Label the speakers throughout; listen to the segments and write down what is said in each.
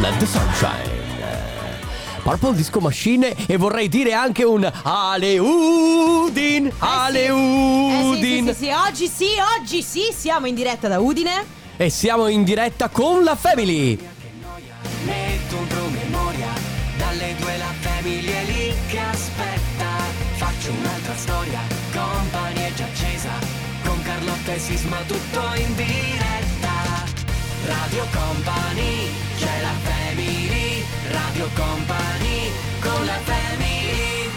Speaker 1: Let the sunshine. Purple Disco Machine e vorrei dire anche un Aleudin,
Speaker 2: Eh sì,
Speaker 1: Aleudin.
Speaker 2: sì, sì, sì, oggi sì, oggi sì, siamo in diretta da Udine.
Speaker 1: E siamo in diretta con la Family.
Speaker 3: Metto un promemoria, dalle due la famiglia è lì che aspetta. Faccio un'altra storia, company è già accesa, con Carlotta e Sisma tutto in diretta. Radio Company, c'è la family, Radio Company, con la family.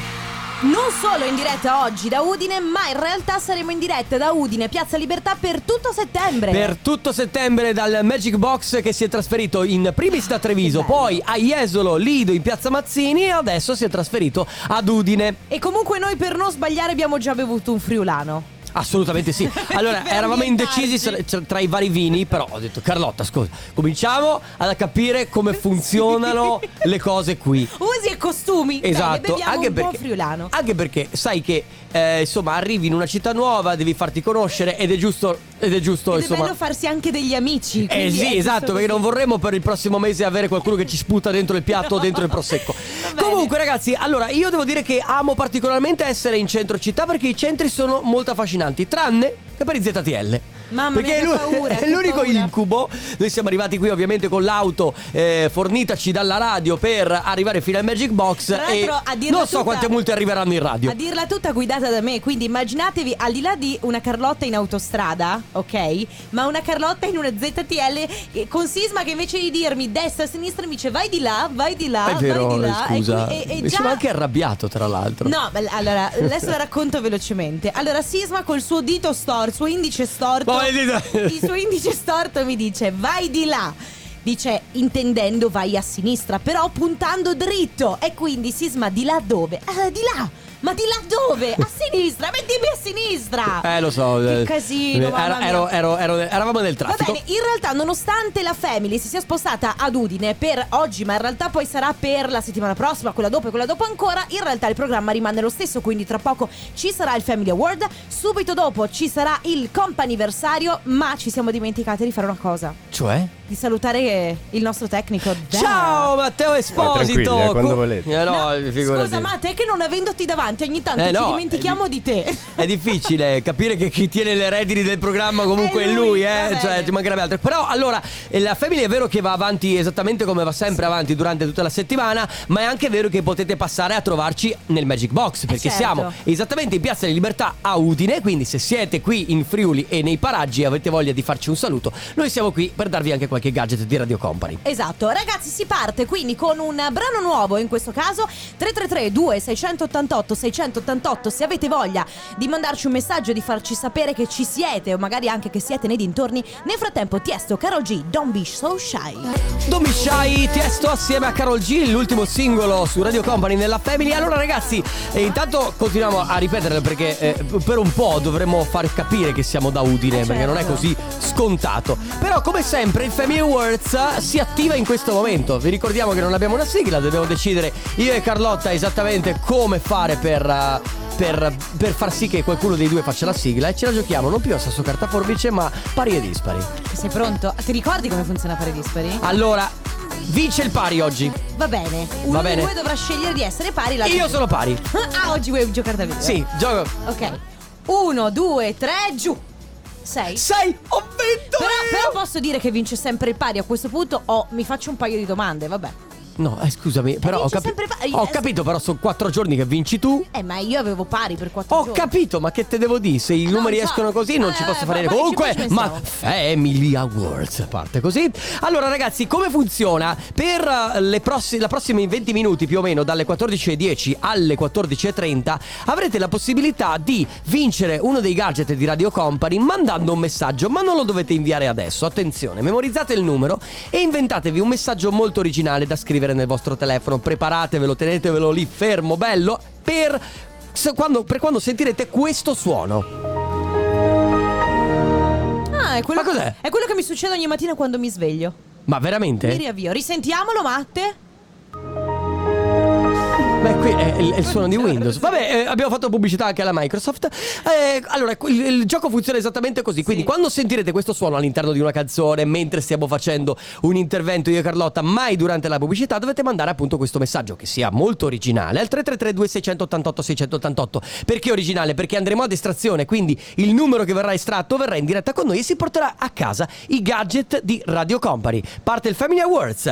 Speaker 2: Non solo in diretta oggi da Udine, ma in realtà saremo in diretta da Udine, Piazza Libertà per tutto settembre.
Speaker 1: Per tutto settembre dal Magic Box che si è trasferito in primis da Treviso,
Speaker 2: Che bello.
Speaker 1: poi a Jesolo, Lido in Piazza Mazzini e adesso si è trasferito ad Udine.
Speaker 2: E comunque noi per non sbagliare abbiamo già bevuto un friulano.
Speaker 1: Assolutamente sì. Allora,
Speaker 2: Per
Speaker 1: eravamo
Speaker 2: ambientarci.
Speaker 1: indecisi tra- tra tra i vari vini, però ho detto Carlotta, scusa, cominciamo a capire come funzionano le cose qui.
Speaker 2: Usi e costumi. Bene,
Speaker 1: Esatto,
Speaker 2: beviamo
Speaker 1: anche
Speaker 2: un
Speaker 1: perché,
Speaker 2: buon friulano.
Speaker 1: anche perché sai che eh, insomma arrivi in una città nuova, devi farti conoscere ed è giusto, ed è giusto
Speaker 2: Ed è
Speaker 1: insomma.
Speaker 2: bello farsi anche degli amici.
Speaker 1: eh
Speaker 2: quindi
Speaker 1: sì,
Speaker 2: è
Speaker 1: esatto,
Speaker 2: giusto
Speaker 1: perché non
Speaker 2: così.
Speaker 1: vorremmo per il prossimo mese avere qualcuno che ci sputa dentro il piatto o dentro il prosecco.
Speaker 2: Va bene.
Speaker 1: Comunque ragazzi, allora io devo dire che amo particolarmente essere in centro città perché i centri sono molto affascinanti, tranne che per i ZTL.
Speaker 2: Mamma
Speaker 1: perché è
Speaker 2: mia, che
Speaker 1: l'u-
Speaker 2: paura,
Speaker 1: è
Speaker 2: che
Speaker 1: l'unico
Speaker 2: paura.
Speaker 1: incubo. Noi siamo arrivati qui ovviamente con l'auto eh, fornitaci dalla radio per arrivare fino al Magic Box
Speaker 2: Tra
Speaker 1: e
Speaker 2: l'altro, a dirla
Speaker 1: non so
Speaker 2: tutta-
Speaker 1: quante multe arriveranno in radio.
Speaker 2: A dirla tutta guidata da me, quindi immaginatevi al di là di una Carlotta in autostrada, ok? Ma una Carlotta in una ZTL eh, con Sisma che invece di dirmi destra, sinistra mi dice vai di là, vai di là,
Speaker 1: è vero,
Speaker 2: vai di là.
Speaker 1: scusa.
Speaker 2: E, qui- e- e
Speaker 1: Mi
Speaker 2: già...
Speaker 1: sono anche arrabbiato tra l'altro.
Speaker 2: No, beh, allora, adesso la racconto velocemente. Allora, Sisma col suo dito storto, il suo indice storto,
Speaker 1: Ma vedi-
Speaker 2: il suo indice storto mi dice vai di là. Dice intendendo vai a sinistra, però puntando dritto. E quindi Sisma di là dove? Ah, di là! Ma di là dove? A sinistra! Mettimi a sinistra!
Speaker 1: Eh, lo so.
Speaker 2: Che
Speaker 1: eh,
Speaker 2: casino,
Speaker 1: eh,
Speaker 2: mamma
Speaker 1: ero-
Speaker 2: mia.
Speaker 1: ero- ero- ero- eravamo nel
Speaker 2: Va
Speaker 1: traffico.
Speaker 2: bene, in realtà nonostante la Family si sia spostata ad Udine per oggi, ma in realtà poi sarà per la settimana prossima, quella dopo e quella dopo ancora, in realtà il programma rimane lo stesso, quindi tra poco ci sarà il Family Award, subito dopo ci sarà il comp'anniversario, ma ci siamo dimenticati di fare una cosa,
Speaker 1: Cioè?
Speaker 2: di salutare il nostro tecnico. Dan.
Speaker 1: Ciao Matteo
Speaker 4: tranquilli,
Speaker 1: Esposito.
Speaker 4: eh, quando
Speaker 1: Co-
Speaker 4: volete.
Speaker 1: Eh, no,
Speaker 2: No,
Speaker 1: figurati.
Speaker 2: Scusa, ma te che non avendoti davanti ogni tanto
Speaker 1: Eh,
Speaker 2: ci
Speaker 1: no,
Speaker 2: dimentichiamo
Speaker 1: è
Speaker 2: di te.
Speaker 1: È difficile capire che chi tiene le redini del programma comunque
Speaker 2: È
Speaker 1: è
Speaker 2: lui,
Speaker 1: lui,
Speaker 2: va
Speaker 1: eh.
Speaker 2: bene.
Speaker 1: Cioè, ci mancherebbe altro. Però allora, eh, la Family è vero che va avanti esattamente come va sempre avanti durante tutta la settimana, ma è anche vero che potete passare a trovarci nel Magic Box, perché
Speaker 2: certo.
Speaker 1: siamo esattamente in Piazza di Libertà a Udine, quindi se siete qui in Friuli e nei paraggi e avete voglia di farci un saluto, noi siamo qui per darvi anche qualche gadget di Radio Company.
Speaker 2: Esatto, ragazzi, si parte quindi con un brano nuovo, in questo caso 333 2688 688 se avete voglia di mandarci un messaggio di farci sapere che ci siete o magari anche che siete nei dintorni. Nel frattempo Tiesto Carol G, Don't be so shy.
Speaker 1: Domicciai Tiesto assieme a Carol G, l'ultimo singolo su Radio Company nella Family. Allora ragazzi, eh, intanto continuiamo a ripeterle perché eh, per un po' dovremmo far capire che siamo da Udine,
Speaker 2: Eh,
Speaker 1: perché non è
Speaker 2: certo.
Speaker 1: così scontato. Però come sempre il Family Awards eh, si attiva in questo momento. Vi ricordiamo che non abbiamo una sigla, dobbiamo decidere io e Carlotta esattamente come fare per... eh, per, per far sì che qualcuno dei due faccia la sigla e ce la giochiamo non più a sasso carta forbice ma pari e dispari.
Speaker 2: Sei pronto? Ti ricordi come funziona fare dispari?
Speaker 1: Allora, vince il pari oggi.
Speaker 2: Va bene, uno
Speaker 1: Va
Speaker 2: dei
Speaker 1: bene.
Speaker 2: due dovrà scegliere di essere pari l'altro-
Speaker 1: Io sono pari.
Speaker 2: Ah, oggi vuoi giocare da video?
Speaker 1: Sì, gioco.
Speaker 2: Ok. Uno, due, tre, giù. Sei.
Speaker 1: Sei, ho vinto
Speaker 2: Però,
Speaker 1: io!
Speaker 2: però posso dire che vince sempre il pari a questo punto o mi faccio un paio di domande, vabbè.
Speaker 1: No, eh, scusami, però ho,
Speaker 2: vince
Speaker 1: capi-
Speaker 2: sempre pa-
Speaker 1: ho
Speaker 2: eh,
Speaker 1: capito, però sono quattro giorni che vinci tu.
Speaker 2: Eh, ma io avevo pari per quattro
Speaker 1: Ho
Speaker 2: giorni.
Speaker 1: capito, ma che te devo dire? Se i
Speaker 2: Eh, no,
Speaker 1: numeri
Speaker 2: so.
Speaker 1: escono così non
Speaker 2: Eh,
Speaker 1: ci posso
Speaker 2: eh,
Speaker 1: fare
Speaker 2: poi- poi ci
Speaker 1: Comunque,
Speaker 2: pensiamo.
Speaker 1: ma Family Awards parte così. Allora, ragazzi, come funziona? Per eh, le prossime, la prossima 20 minuti più o meno, dalle 14.10 alle 14.30, avrete la possibilità di vincere uno dei gadget di Radio Company mandando un messaggio, ma non lo dovete inviare adesso. Attenzione, memorizzate il numero e inventatevi un messaggio molto originale da scrivere nel vostro telefono. Preparatevelo, tenetevelo lì fermo, bello, per se- quando, per quando sentirete questo suono.
Speaker 2: Ah, è quello,
Speaker 1: Ma cos'è?
Speaker 2: È quello che mi succede ogni mattina quando mi sveglio.
Speaker 1: Eh? Ma veramente?
Speaker 2: Mi riavvio. Risentiamolo, Matte.
Speaker 1: Beh, qui è il, è il suono di Windows. Vabbè, eh, abbiamo fatto pubblicità anche alla Microsoft. Eh, allora, il, il gioco funziona esattamente così. Quindi, quando sentirete questo suono all'interno di una canzone, mentre stiamo facendo un intervento io e Carlotta, mai durante la pubblicità, dovete mandare appunto questo messaggio che sia molto originale al 333 688 688 Perché originale? Perché andremo ad estrazione. Quindi, il numero che verrà estratto verrà in diretta con noi e si porterà a casa i gadget di Radio Company. Parte il Family Awards.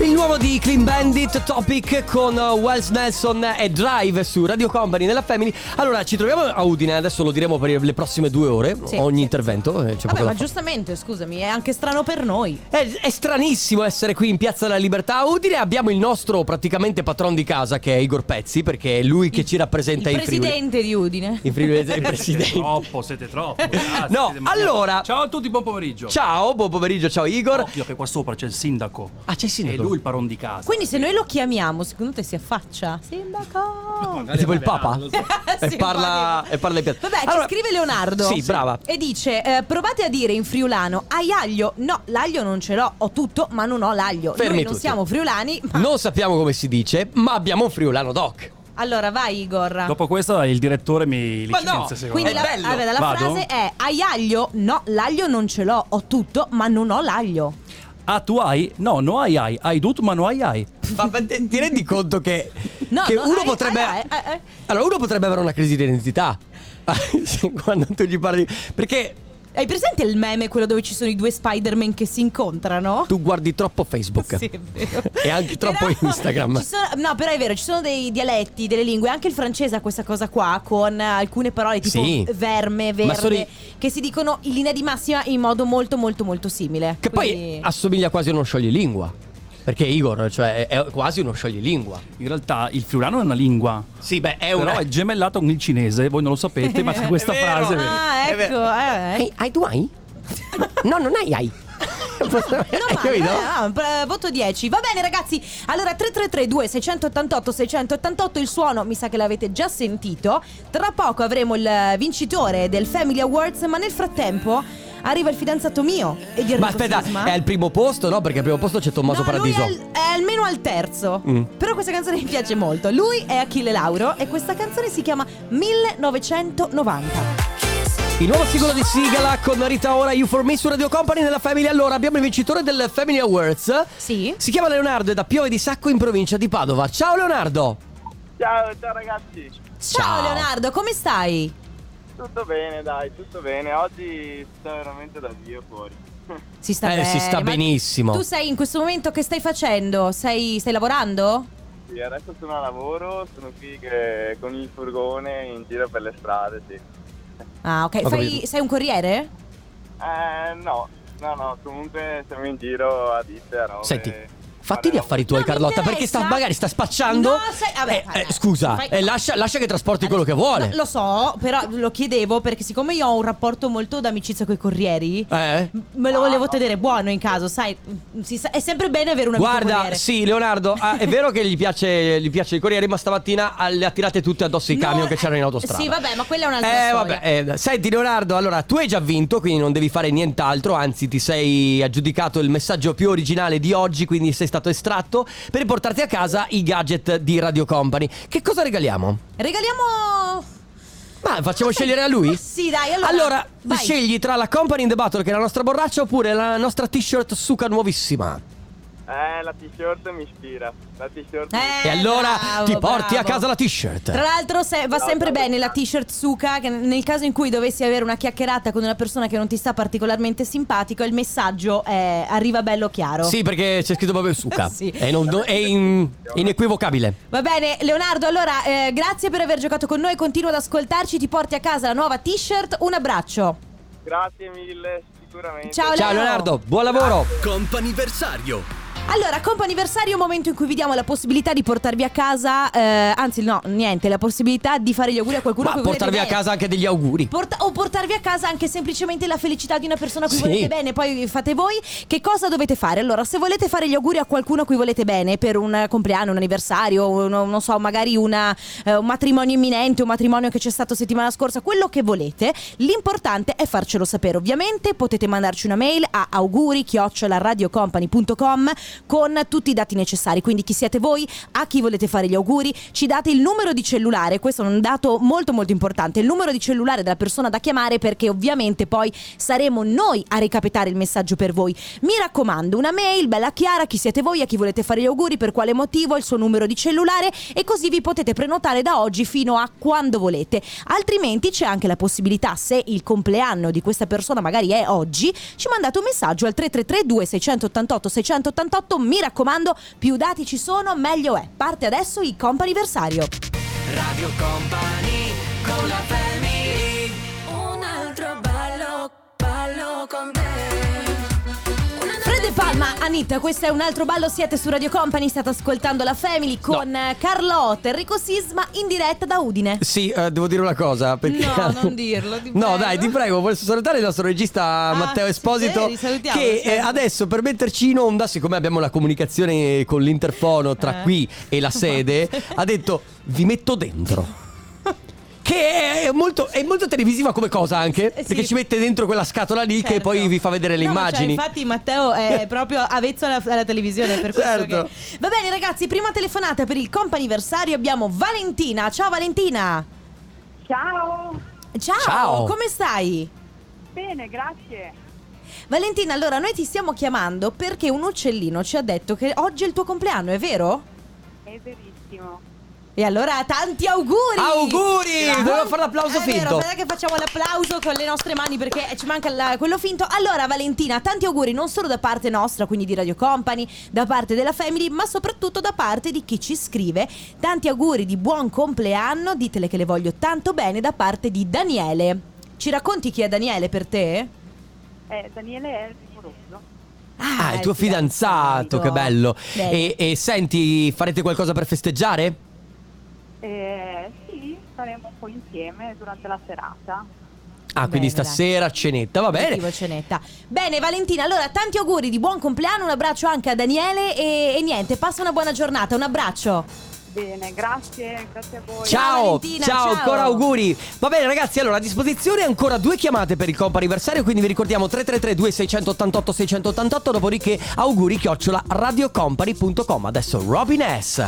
Speaker 1: Il nuovo di Clean Bandit Topic con uh, Wells Nelson e Drive su Radio Company nella Family. Allora, ci troviamo a Udine, adesso lo diremo per le prossime due ore,
Speaker 2: Sì,
Speaker 1: ogni
Speaker 2: sì.
Speaker 1: intervento. eh, c'è
Speaker 2: Vabbè,
Speaker 1: poco
Speaker 2: ma
Speaker 1: da fare.
Speaker 2: giustamente, scusami, è anche strano per noi.
Speaker 1: È, è stranissimo essere qui in Piazza della Libertà a Udine. Abbiamo il nostro praticamente patron di casa che è Igor Pezzi, perché è lui che ci rappresenta
Speaker 2: il
Speaker 1: in Friuli.
Speaker 2: presidente di Udine.
Speaker 1: In Friuli il
Speaker 4: Siete
Speaker 1: presidente.
Speaker 4: troppo, siete troppo. grazie,
Speaker 1: No,
Speaker 4: siete mannaggia.
Speaker 1: allora-
Speaker 4: Ciao a tutti, buon pomeriggio.
Speaker 1: Ciao, buon pomeriggio, ciao Igor.
Speaker 4: Occhio che qua sopra c'è il sindaco.
Speaker 1: Ah, c'è il
Speaker 4: Oh. È
Speaker 1: sindaco.
Speaker 4: lui il paron di casa.
Speaker 2: Quindi se noi lo chiamiamo, secondo te si affaccia? Sindaco!
Speaker 1: È tipo il Papa?
Speaker 2: Sì,
Speaker 1: e, parla,
Speaker 2: infatti.
Speaker 1: e parla in piazza.
Speaker 2: Vabbè,
Speaker 1: Allora-
Speaker 2: ci scrive Leonardo.
Speaker 1: Sì, brava.
Speaker 2: E dice: eh, Provate a dire in friulano: hai aglio? No, l'aglio non ce l'ho, ho tutto, ma non ho l'aglio.
Speaker 1: Fermi
Speaker 2: Noi non
Speaker 1: tutti.
Speaker 2: siamo friulani. ma-
Speaker 1: Non sappiamo come si dice, ma abbiamo un friulano doc.
Speaker 2: Allora, vai, Igor.
Speaker 4: Dopo questo il direttore mi
Speaker 1: Ma
Speaker 4: licenzia
Speaker 1: no,
Speaker 4: secondo
Speaker 2: Quindi
Speaker 4: me.
Speaker 2: la,
Speaker 1: Eh, bello.
Speaker 2: vabbè, la
Speaker 4: Vado?
Speaker 2: frase è: Hai aglio? No, l'aglio non ce l'ho, ho tutto, ma non ho l'aglio.
Speaker 4: Ah, tu hai? No, no hai hai. Hai tutto ma non hai hai.
Speaker 1: Ma ma te- ti rendi conto che,
Speaker 2: No,
Speaker 1: che
Speaker 2: no,
Speaker 1: uno
Speaker 2: ah,
Speaker 1: potrebbe.
Speaker 2: ah, ah, ah.
Speaker 1: Allora, uno potrebbe avere una crisi di identità. Se- Quando tu gli parli. Perché
Speaker 2: Hai presente il meme, quello dove ci sono i due Spider-Man che si incontrano?
Speaker 1: tu guardi troppo Facebook.
Speaker 2: Sì, è vero.
Speaker 1: E anche troppo
Speaker 2: Però
Speaker 1: Instagram.
Speaker 2: ci sono- no, però è vero, ci sono dei dialetti, delle lingue, anche il francese ha questa cosa qua con eh, alcune parole tipo
Speaker 1: Sì.
Speaker 2: verme,
Speaker 1: Ma sono
Speaker 2: verde,
Speaker 1: i-
Speaker 2: che si dicono in linea di massima in modo molto molto molto simile.
Speaker 1: Che
Speaker 2: Quindi-
Speaker 1: poi assomiglia quasi a uno scioglilingua. Perché Igor, cioè, è è quasi uno scioglilingua.
Speaker 4: In realtà il friulano è una lingua.
Speaker 1: Sì, beh, è
Speaker 4: Però è gemellato con il cinese, voi non lo sapete, ma questa
Speaker 1: È vero.
Speaker 4: frase
Speaker 2: Ah,
Speaker 1: È
Speaker 2: ecco, eh.
Speaker 1: Hai, hai tu hai? No, non hai hai.
Speaker 2: No,
Speaker 1: Hai
Speaker 2: ma-
Speaker 1: Eh, capito?
Speaker 2: ah, pr- voto 10. Va bene, ragazzi. Allora, 3332 688 688 il suono, mi sa che l'avete già sentito. Tra poco avremo il vincitore del Family Awards, ma nel frattempo arriva il fidanzato mio e di Enrico
Speaker 1: Ma aspetta,
Speaker 2: Sisma.
Speaker 1: è al primo posto, no? Perché al primo posto c'è Tommaso
Speaker 2: No, lui
Speaker 1: Paradiso.
Speaker 2: È, al- è almeno al terzo.
Speaker 1: Mm.
Speaker 2: Però questa canzone mi piace molto. Lui è Achille Lauro e questa canzone si chiama 1990.
Speaker 1: Il nuovo singolo di Sigala con Rita Ora, You For Me su Radio Company nella Family. Allora, abbiamo il vincitore del Family Awards.
Speaker 2: Sì.
Speaker 1: Si chiama Leonardo e da Piove di Sacco in provincia di Padova. Ciao Leonardo!
Speaker 5: Ciao, ciao ragazzi,
Speaker 2: Ciao,
Speaker 1: Ciao.
Speaker 2: Leonardo, come stai?
Speaker 5: tutto bene dai, tutto bene, oggi sta veramente da Dio fuori.
Speaker 2: Si sta
Speaker 1: Eh,
Speaker 2: bene.
Speaker 1: si sta
Speaker 2: ma
Speaker 1: benissimo.
Speaker 2: Tu sei in questo momento che stai facendo? Sei, stai lavorando?
Speaker 5: Sì, adesso sono a lavoro, sono qui che- con il furgone in giro per le strade, sì.
Speaker 2: Ah, ok.
Speaker 1: Ho
Speaker 2: Fai-
Speaker 1: capito.
Speaker 2: sei un corriere?
Speaker 5: Eh, no, no, no, comunque siamo in giro a ditte, a robe.
Speaker 1: Senti, fatti gli
Speaker 5: Parliamo-
Speaker 1: affari tuoi
Speaker 2: No, mi
Speaker 1: Carlotta,
Speaker 2: interessa.
Speaker 1: perché sta, magari sta spacciando.
Speaker 2: No, sai- vabbè,
Speaker 1: Eh,
Speaker 2: fai-
Speaker 1: eh, scusa,
Speaker 2: fai-
Speaker 1: eh, lascia, lascia che trasporti quello che vuole.
Speaker 2: No, lo so, però lo chiedevo perché siccome io ho un rapporto molto d'amicizia con i corrieri,
Speaker 1: Eh?
Speaker 2: m- me lo volevo tenere buono in caso, sai? m- si sa- è sempre bene avere un amico
Speaker 1: Guarda,
Speaker 2: corriere.
Speaker 1: sì, Leonardo, ah, è vero che gli piace, gli piace il Corriere, ma stamattina ah, le ha tirate tutte addosso i
Speaker 2: No,
Speaker 1: camion che
Speaker 2: eh,
Speaker 1: c'erano in autostrada.
Speaker 2: sì, vabbè, ma quella è un'altra
Speaker 1: Eh,
Speaker 2: storia.
Speaker 1: vabbè, eh, senti Leonardo, allora tu hai già vinto, quindi non devi fare nient'altro, anzi ti sei aggiudicato il messaggio più originale di oggi, quindi sei stato estratto per portarti a casa i gadget di Radio Company. Che cosa regaliamo?
Speaker 2: Regaliamo
Speaker 1: Ma facciamo scegliere a lui?
Speaker 2: Ma sì, dai, allora, vai.
Speaker 1: scegli tra la Company in the Battle che è la nostra borraccia oppure la nostra t-shirt Suka nuovissima.
Speaker 5: Eh, la t-shirt mi ispira, la t-shirt... mi-
Speaker 2: Eh,
Speaker 1: e allora
Speaker 2: bravo,
Speaker 1: ti porti
Speaker 2: bravo.
Speaker 1: a casa la t-shirt.
Speaker 2: Tra l'altro se- va
Speaker 5: No,
Speaker 2: sempre
Speaker 5: no,
Speaker 2: bene la
Speaker 5: no.
Speaker 2: t-shirt Suka che nel caso in cui dovessi avere una chiacchierata con una persona che non ti sta particolarmente simpatico il messaggio è- arriva bello chiaro.
Speaker 1: Sì, perché c'è scritto proprio Suka.
Speaker 2: Sì.
Speaker 1: È, non- è in- inequivocabile.
Speaker 2: Va bene Leonardo, allora eh, grazie per aver giocato con noi, continua ad ascoltarci, ti porti a casa la nuova t-shirt, un abbraccio.
Speaker 5: Grazie mille, sicuramente.
Speaker 2: Ciao,
Speaker 1: Ciao Leonardo, buon
Speaker 6: Ah,
Speaker 1: lavoro.
Speaker 6: Comp'anniversario.
Speaker 2: Allora, comp'anniversario, momento in cui vi diamo la possibilità di portarvi a casa, eh, anzi no, niente, la possibilità di fare gli auguri a qualcuno
Speaker 1: Ma
Speaker 2: che volete
Speaker 1: portarvi a
Speaker 2: bene.
Speaker 1: casa anche degli auguri.
Speaker 2: Porta- o portarvi a casa anche semplicemente la felicità di una persona a cui
Speaker 1: Sì.
Speaker 2: volete bene, poi fate voi. Che cosa dovete fare? Allora, se volete fare gli auguri a qualcuno a cui volete bene per un eh, compleanno, un anniversario, uno- non so, magari una, eh, un matrimonio imminente, un matrimonio che c'è stato settimana scorsa, quello che volete, l'importante è farcelo sapere. Ovviamente potete mandarci una mail a auguri radiocompany.com con tutti i dati necessari. Quindi chi siete voi, a chi volete fare gli auguri, ci date il numero di cellulare, questo è un dato molto molto importante, il numero di cellulare della persona da chiamare perché ovviamente poi saremo noi a recapitare il messaggio per voi. Mi raccomando, una mail bella chiara, chi siete voi, a chi volete fare gli auguri, per quale motivo, il suo numero di cellulare e così vi potete prenotare da oggi fino a quando volete. Altrimenti c'è anche la possibilità, se il compleanno di questa persona magari è oggi, ci mandate un messaggio al 333 688 688. Mi raccomando, più dati ci sono, meglio è. Parte adesso il comp anniversario.
Speaker 3: Radio Company con la family Un altro ballo, ballo con te
Speaker 2: Fred e Palma, Anitta, questo è un altro ballo. Siete su Radio Company, state ascoltando la Family con eh, Carlotta, Enrico Sisma in diretta da Udine.
Speaker 1: Sì, eh, devo dire una cosa. Perché...
Speaker 6: No, non dirlo, ti
Speaker 1: no,
Speaker 6: prego.
Speaker 1: dai, ti prego, voglio salutare il nostro regista
Speaker 6: Ah,
Speaker 1: Matteo
Speaker 6: sì,
Speaker 1: Esposito.
Speaker 6: sì, salutiamo,
Speaker 1: che
Speaker 6: sì.
Speaker 1: eh, adesso per metterci in onda, siccome abbiamo la comunicazione con l'interfono tra
Speaker 6: Eh.
Speaker 1: qui e la sede, ha detto: Vi metto dentro. Che è molto, è molto televisiva come cosa anche,
Speaker 6: Eh sì.
Speaker 1: perché ci mette dentro quella scatola lì che
Speaker 6: Certo.
Speaker 1: poi vi fa vedere le
Speaker 6: No, ma cioè,
Speaker 1: immagini.
Speaker 6: infatti Matteo è proprio avvezzo alla, alla televisione per questo
Speaker 1: Certo.
Speaker 6: che...
Speaker 2: Va bene ragazzi, prima telefonata per il comp anniversario abbiamo Valentina. Ciao Valentina.
Speaker 7: Ciao,
Speaker 2: Ciao,
Speaker 1: Ciao.
Speaker 2: come stai?
Speaker 7: bene, grazie.
Speaker 2: Valentina, allora noi ti stiamo chiamando perché un uccellino ci ha detto che oggi è il tuo compleanno, è vero?
Speaker 7: È verissimo.
Speaker 2: E allora tanti auguri!
Speaker 1: Auguri!
Speaker 2: Grazie.
Speaker 1: Dovevo fare l'applauso
Speaker 2: È
Speaker 1: finto.
Speaker 2: Vero, aspetta che facciamo l'applauso con le nostre mani perché ci manca la- quello finto. Allora Valentina, tanti auguri non solo da parte nostra, quindi di Radio Company, da parte della Family, ma soprattutto da parte di chi ci scrive. Tanti auguri di buon compleanno, ditele che le voglio tanto bene da parte di Daniele. Ci racconti chi è Daniele per te?
Speaker 7: Eh, Daniele è il rumoroso.
Speaker 1: Ah, il tuo
Speaker 2: il
Speaker 1: fidanzato, che bello.
Speaker 2: Eh, Bello.
Speaker 1: E, e senti, farete qualcosa per festeggiare?
Speaker 7: Eh, sì, saremo un po' insieme durante la serata.
Speaker 1: Ah, quindi
Speaker 2: Bene, dai.
Speaker 1: stasera cenetta, va bene.
Speaker 2: Aperitivo cenetta. Bene Valentina, allora tanti auguri di buon compleanno, un abbraccio anche a Daniele e, e niente, passa una buona giornata, un abbraccio.
Speaker 7: Bene, grazie, grazie a voi.
Speaker 1: Ciao,
Speaker 2: Valentina,
Speaker 1: ciao,
Speaker 2: ciao.
Speaker 1: ancora auguri. Va bene ragazzi, allora a disposizione ancora due chiamate per il comp anniversario, quindi vi ricordiamo 333 2688 688, dopodiché auguri chiocciola radiocompany.com. Adesso Robin S.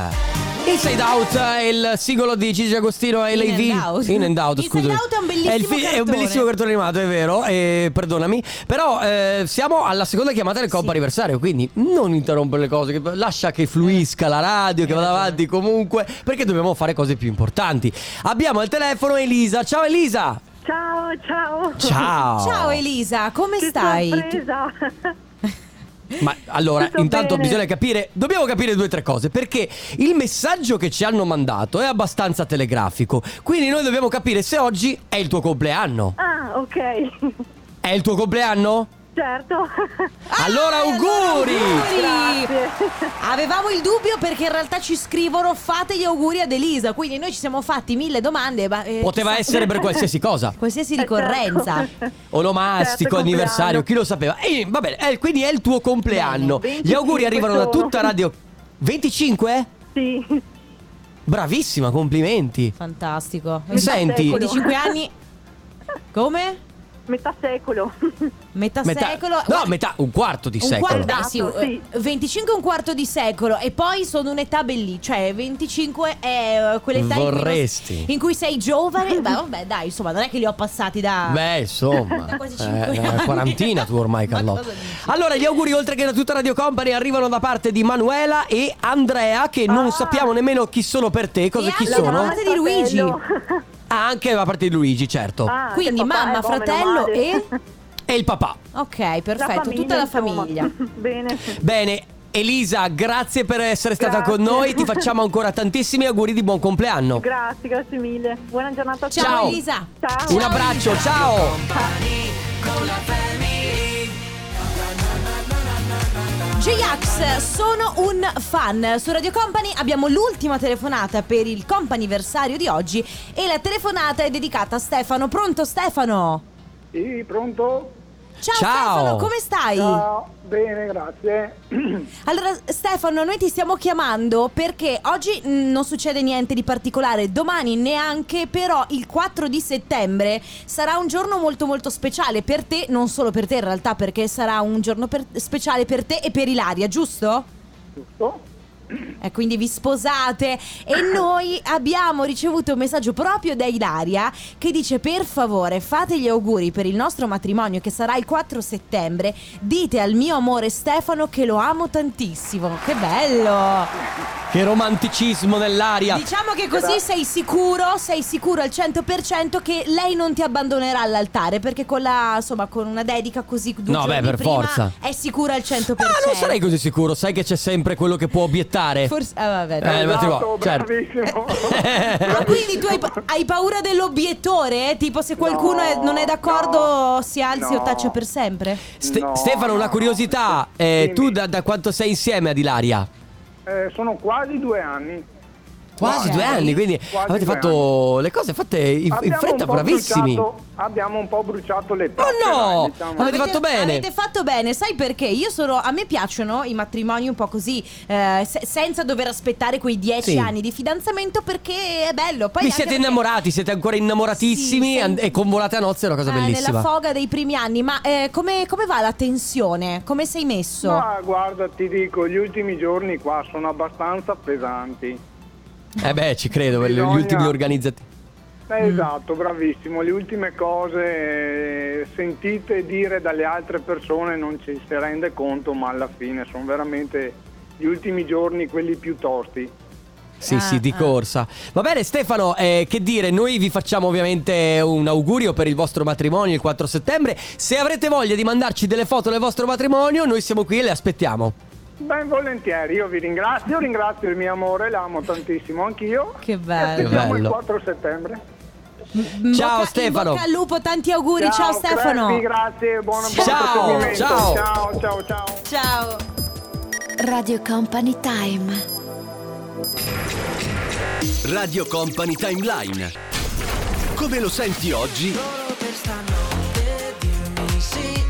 Speaker 1: Inside Out è il singolo di Gigi Agostino e
Speaker 2: In
Speaker 1: Lady
Speaker 2: and Out.
Speaker 1: In and Out,
Speaker 2: Inside
Speaker 1: scusa.
Speaker 2: Out è un bellissimo
Speaker 1: è un
Speaker 2: cartone.
Speaker 1: bellissimo cartone animato, è vero, eh, perdonami, però eh, siamo alla seconda chiamata del comp
Speaker 2: Sì.
Speaker 1: anniversario, quindi non interrompere le cose, che- lascia che fluisca la radio, che
Speaker 6: Hai
Speaker 2: Eh,
Speaker 1: vada
Speaker 6: ragione.
Speaker 1: avanti
Speaker 2: certo.
Speaker 1: comunque, perché dobbiamo fare cose più importanti. Abbiamo al telefono Elisa. Ciao Elisa!
Speaker 7: Ciao, ciao.
Speaker 1: Ciao!
Speaker 2: Ciao Elisa, Ah, come
Speaker 7: Che
Speaker 2: stai?
Speaker 7: sorpresa.
Speaker 1: Ma allora,
Speaker 7: Tutto
Speaker 1: intanto
Speaker 7: bene.
Speaker 1: bisogna capire, dobbiamo capire due o tre cose, perché il messaggio che ci hanno mandato è abbastanza telegrafico, quindi noi dobbiamo capire se oggi è il tuo compleanno.
Speaker 7: Ah, ok.
Speaker 1: È il tuo compleanno?
Speaker 7: Certo.
Speaker 1: allora
Speaker 2: Ah,
Speaker 1: auguri!
Speaker 2: auguri! Avevamo il dubbio perché in realtà ci scrivono fate gli auguri ad Elisa, quindi noi ci siamo fatti mille domande. Ma, eh,
Speaker 1: Poteva
Speaker 2: chissà-
Speaker 1: essere per qualsiasi cosa.
Speaker 2: Qualsiasi
Speaker 7: Eh,
Speaker 2: ricorrenza.
Speaker 7: certo. Certo,
Speaker 1: Onomastico,
Speaker 7: compleanno.
Speaker 1: anniversario, chi lo sapeva. E, va bene, eh, quindi è il tuo compleanno.
Speaker 7: Bene,
Speaker 1: Gli auguri
Speaker 7: 25
Speaker 1: arrivano da
Speaker 7: sono.
Speaker 1: tutta Radio 25?
Speaker 7: Sì.
Speaker 1: Bravissima, complimenti.
Speaker 2: Fantastico.
Speaker 1: Senti.
Speaker 2: Con 5 anni. Come?
Speaker 7: Metà secolo.
Speaker 2: Metà,
Speaker 1: Metà-
Speaker 2: secolo.
Speaker 1: No, metà, un quarto di
Speaker 2: un
Speaker 1: secolo.
Speaker 2: quarto, eh, sì,
Speaker 7: Esatto, sì.
Speaker 2: eh, 25 e un quarto di secolo e poi sono un'età bellissima, cioè 25 è eh, quell'età in cui non-
Speaker 1: Vorresti.
Speaker 2: in cui sei giovane, beh vabbè dai insomma non è che li ho passati da...
Speaker 1: Beh, insomma,
Speaker 2: Da quasi
Speaker 1: eh,
Speaker 2: cinque
Speaker 1: una
Speaker 2: anni.
Speaker 1: quarantina tu ormai,
Speaker 6: Ma
Speaker 1: Carlotta.
Speaker 6: cosa dici?
Speaker 1: Allora, gli auguri, oltre che da tutta Radio Company, arrivano da parte di Manuela e Andrea, che non
Speaker 7: Ah.
Speaker 1: sappiamo nemmeno chi sono per te, cosa
Speaker 2: E
Speaker 1: chi
Speaker 2: anche
Speaker 7: La
Speaker 2: Sono?
Speaker 1: sono.
Speaker 7: mamma e
Speaker 2: Parte
Speaker 7: il
Speaker 2: di Luigi.
Speaker 7: fratello.
Speaker 1: Ah, anche da parte di Luigi, certo.
Speaker 7: Ah, che
Speaker 2: Quindi
Speaker 7: papà,
Speaker 2: mamma,
Speaker 7: eh, boh, meno
Speaker 2: fratello
Speaker 7: male.
Speaker 2: e...
Speaker 1: E il papà.
Speaker 2: Ok,
Speaker 7: La
Speaker 2: perfetto, tutta la
Speaker 7: insomma.
Speaker 2: famiglia.
Speaker 7: Bene.
Speaker 1: Bene, Elisa, grazie per essere stata
Speaker 7: Grazie.
Speaker 1: con noi. Ti facciamo ancora tantissimi auguri di buon compleanno.
Speaker 7: Grazie, grazie mille. Buona giornata a
Speaker 2: Ciao,
Speaker 1: Ciao.
Speaker 7: tutti.
Speaker 2: Elisa.
Speaker 7: Ciao.
Speaker 1: Un abbraccio, ciao.
Speaker 2: J-Ax, sono un fan. Su Radio Company abbiamo l'ultima telefonata per il comp'anniversario di oggi e la telefonata è dedicata a Stefano. Pronto Stefano?
Speaker 8: Sì, pronto?
Speaker 2: Ciao,
Speaker 1: Ciao.
Speaker 2: Stefano, come stai?
Speaker 8: Ciao, bene, grazie.
Speaker 2: Allora Stefano, noi ti stiamo chiamando perché oggi mh, non succede niente di particolare, domani neanche, però il 4 di settembre sarà un giorno molto molto speciale per te, non solo per te in realtà, perché sarà un giorno per- speciale per te e per Ilaria, giusto?
Speaker 8: giusto?
Speaker 2: Eh, quindi vi sposate e noi abbiamo ricevuto un messaggio proprio da Ilaria che dice per favore fate gli auguri per il nostro matrimonio che sarà il 4 settembre, dite al mio amore Stefano che lo amo tantissimo, che bello!
Speaker 1: Che romanticismo nell'aria.
Speaker 2: Diciamo che così sei sicuro, sei sicuro al 100% che lei non ti abbandonerà all'altare perché con la, insomma, con una dedica così due
Speaker 1: No,
Speaker 2: giorni
Speaker 1: beh, per
Speaker 2: prima
Speaker 1: forza.
Speaker 2: è sicura al 100%.
Speaker 1: Ah, non sarei così sicuro, sai che c'è sempre quello che può obiettare.
Speaker 2: Forse, ah, vabbè, dai.
Speaker 1: Eh, il matrimonio,
Speaker 8: Esatto,
Speaker 1: certo.
Speaker 8: bravissimo.
Speaker 2: Ma quindi tu hai, pa- hai paura dell'obiettore? eh? Tipo se qualcuno è- non è d'accordo
Speaker 8: no,
Speaker 2: si alzi o
Speaker 8: no.
Speaker 2: taccia per sempre?
Speaker 1: Ste-
Speaker 8: No,
Speaker 1: Stefano, una
Speaker 8: no.
Speaker 1: curiosità, eh,
Speaker 8: Dimmi.
Speaker 1: tu da, da quanto sei insieme ad Ilaria?
Speaker 8: Eh, sono quasi due anni.
Speaker 1: Quasi
Speaker 2: Ok.
Speaker 1: due anni, quindi
Speaker 8: Quasi
Speaker 1: avete
Speaker 8: due
Speaker 1: fatto le cose fatte in, in
Speaker 8: Abbiamo
Speaker 1: fretta,
Speaker 8: un po'
Speaker 1: bravissimi.
Speaker 8: bruciato- abbiamo un po' bruciato le
Speaker 1: Ma
Speaker 8: tappe,
Speaker 1: no!
Speaker 8: dai, diciamo.
Speaker 1: Avete fatto bene.
Speaker 2: Avete fatto bene, sai perché? Io sono. A me piacciono i matrimoni un po' così, eh, se- senza dover aspettare quei dieci
Speaker 1: Sì.
Speaker 2: anni di fidanzamento perché è bello. Poi
Speaker 1: Vi
Speaker 2: anche
Speaker 1: siete
Speaker 2: perché-
Speaker 1: innamorati, siete ancora innamoratissimi
Speaker 2: Sì,
Speaker 1: an-
Speaker 2: sì.
Speaker 1: e convolate a nozze è una cosa
Speaker 2: eh,
Speaker 1: bellissima.
Speaker 2: Nella foga dei primi anni, ma eh, come, come va la tensione? Come sei messo?
Speaker 8: Ma guarda, ti dico, gli ultimi giorni qua sono abbastanza pesanti.
Speaker 1: eh beh, ci credo, per gli
Speaker 8: Bisogna-
Speaker 1: ultimi organizzati.
Speaker 8: Eh, Esatto, bravissimo. Le ultime cose eh, sentite dire dalle altre persone non ci si rende conto, ma alla fine sono veramente gli ultimi giorni quelli più tosti.
Speaker 1: Sì,
Speaker 2: Ah,
Speaker 1: sì, di
Speaker 2: ah.
Speaker 1: corsa. Va bene Stefano, eh, che dire, noi vi facciamo ovviamente un augurio per il vostro matrimonio il 4 settembre. Se avrete voglia di mandarci delle foto del vostro matrimonio, noi siamo qui e le aspettiamo.
Speaker 8: Ben volentieri, io vi ringrazio, ringrazio il mio amore, l'amo tantissimo anch'io.
Speaker 6: Che
Speaker 8: Ci
Speaker 6: bello.
Speaker 8: vediamo il
Speaker 1: Bello.
Speaker 8: 4 settembre.
Speaker 2: In
Speaker 1: Ciao,
Speaker 2: bocca-
Speaker 1: Stefano.
Speaker 2: In bocca al lupo, tanti auguri, ciao, Stefano.
Speaker 8: Crepi, grazie, buon, buon
Speaker 1: Ciao,
Speaker 8: proseguimento.
Speaker 1: ciao.
Speaker 8: ciao, ciao, ciao.
Speaker 2: Ciao.
Speaker 9: Radio Company Time.
Speaker 10: Radio Company Timeline. Come lo senti oggi?
Speaker 3: Solo per stanotte dirmi sì,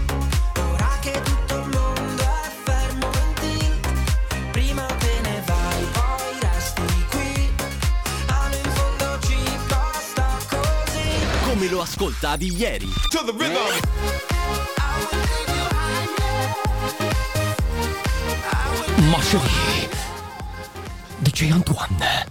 Speaker 3: ora che tutto il mondo è fermo in tilt. Prima te ne vai, poi resti qui. Allo in fondo ci basta così.
Speaker 10: Come lo ascoltavi ieri?
Speaker 1: Ma DJ Antoine,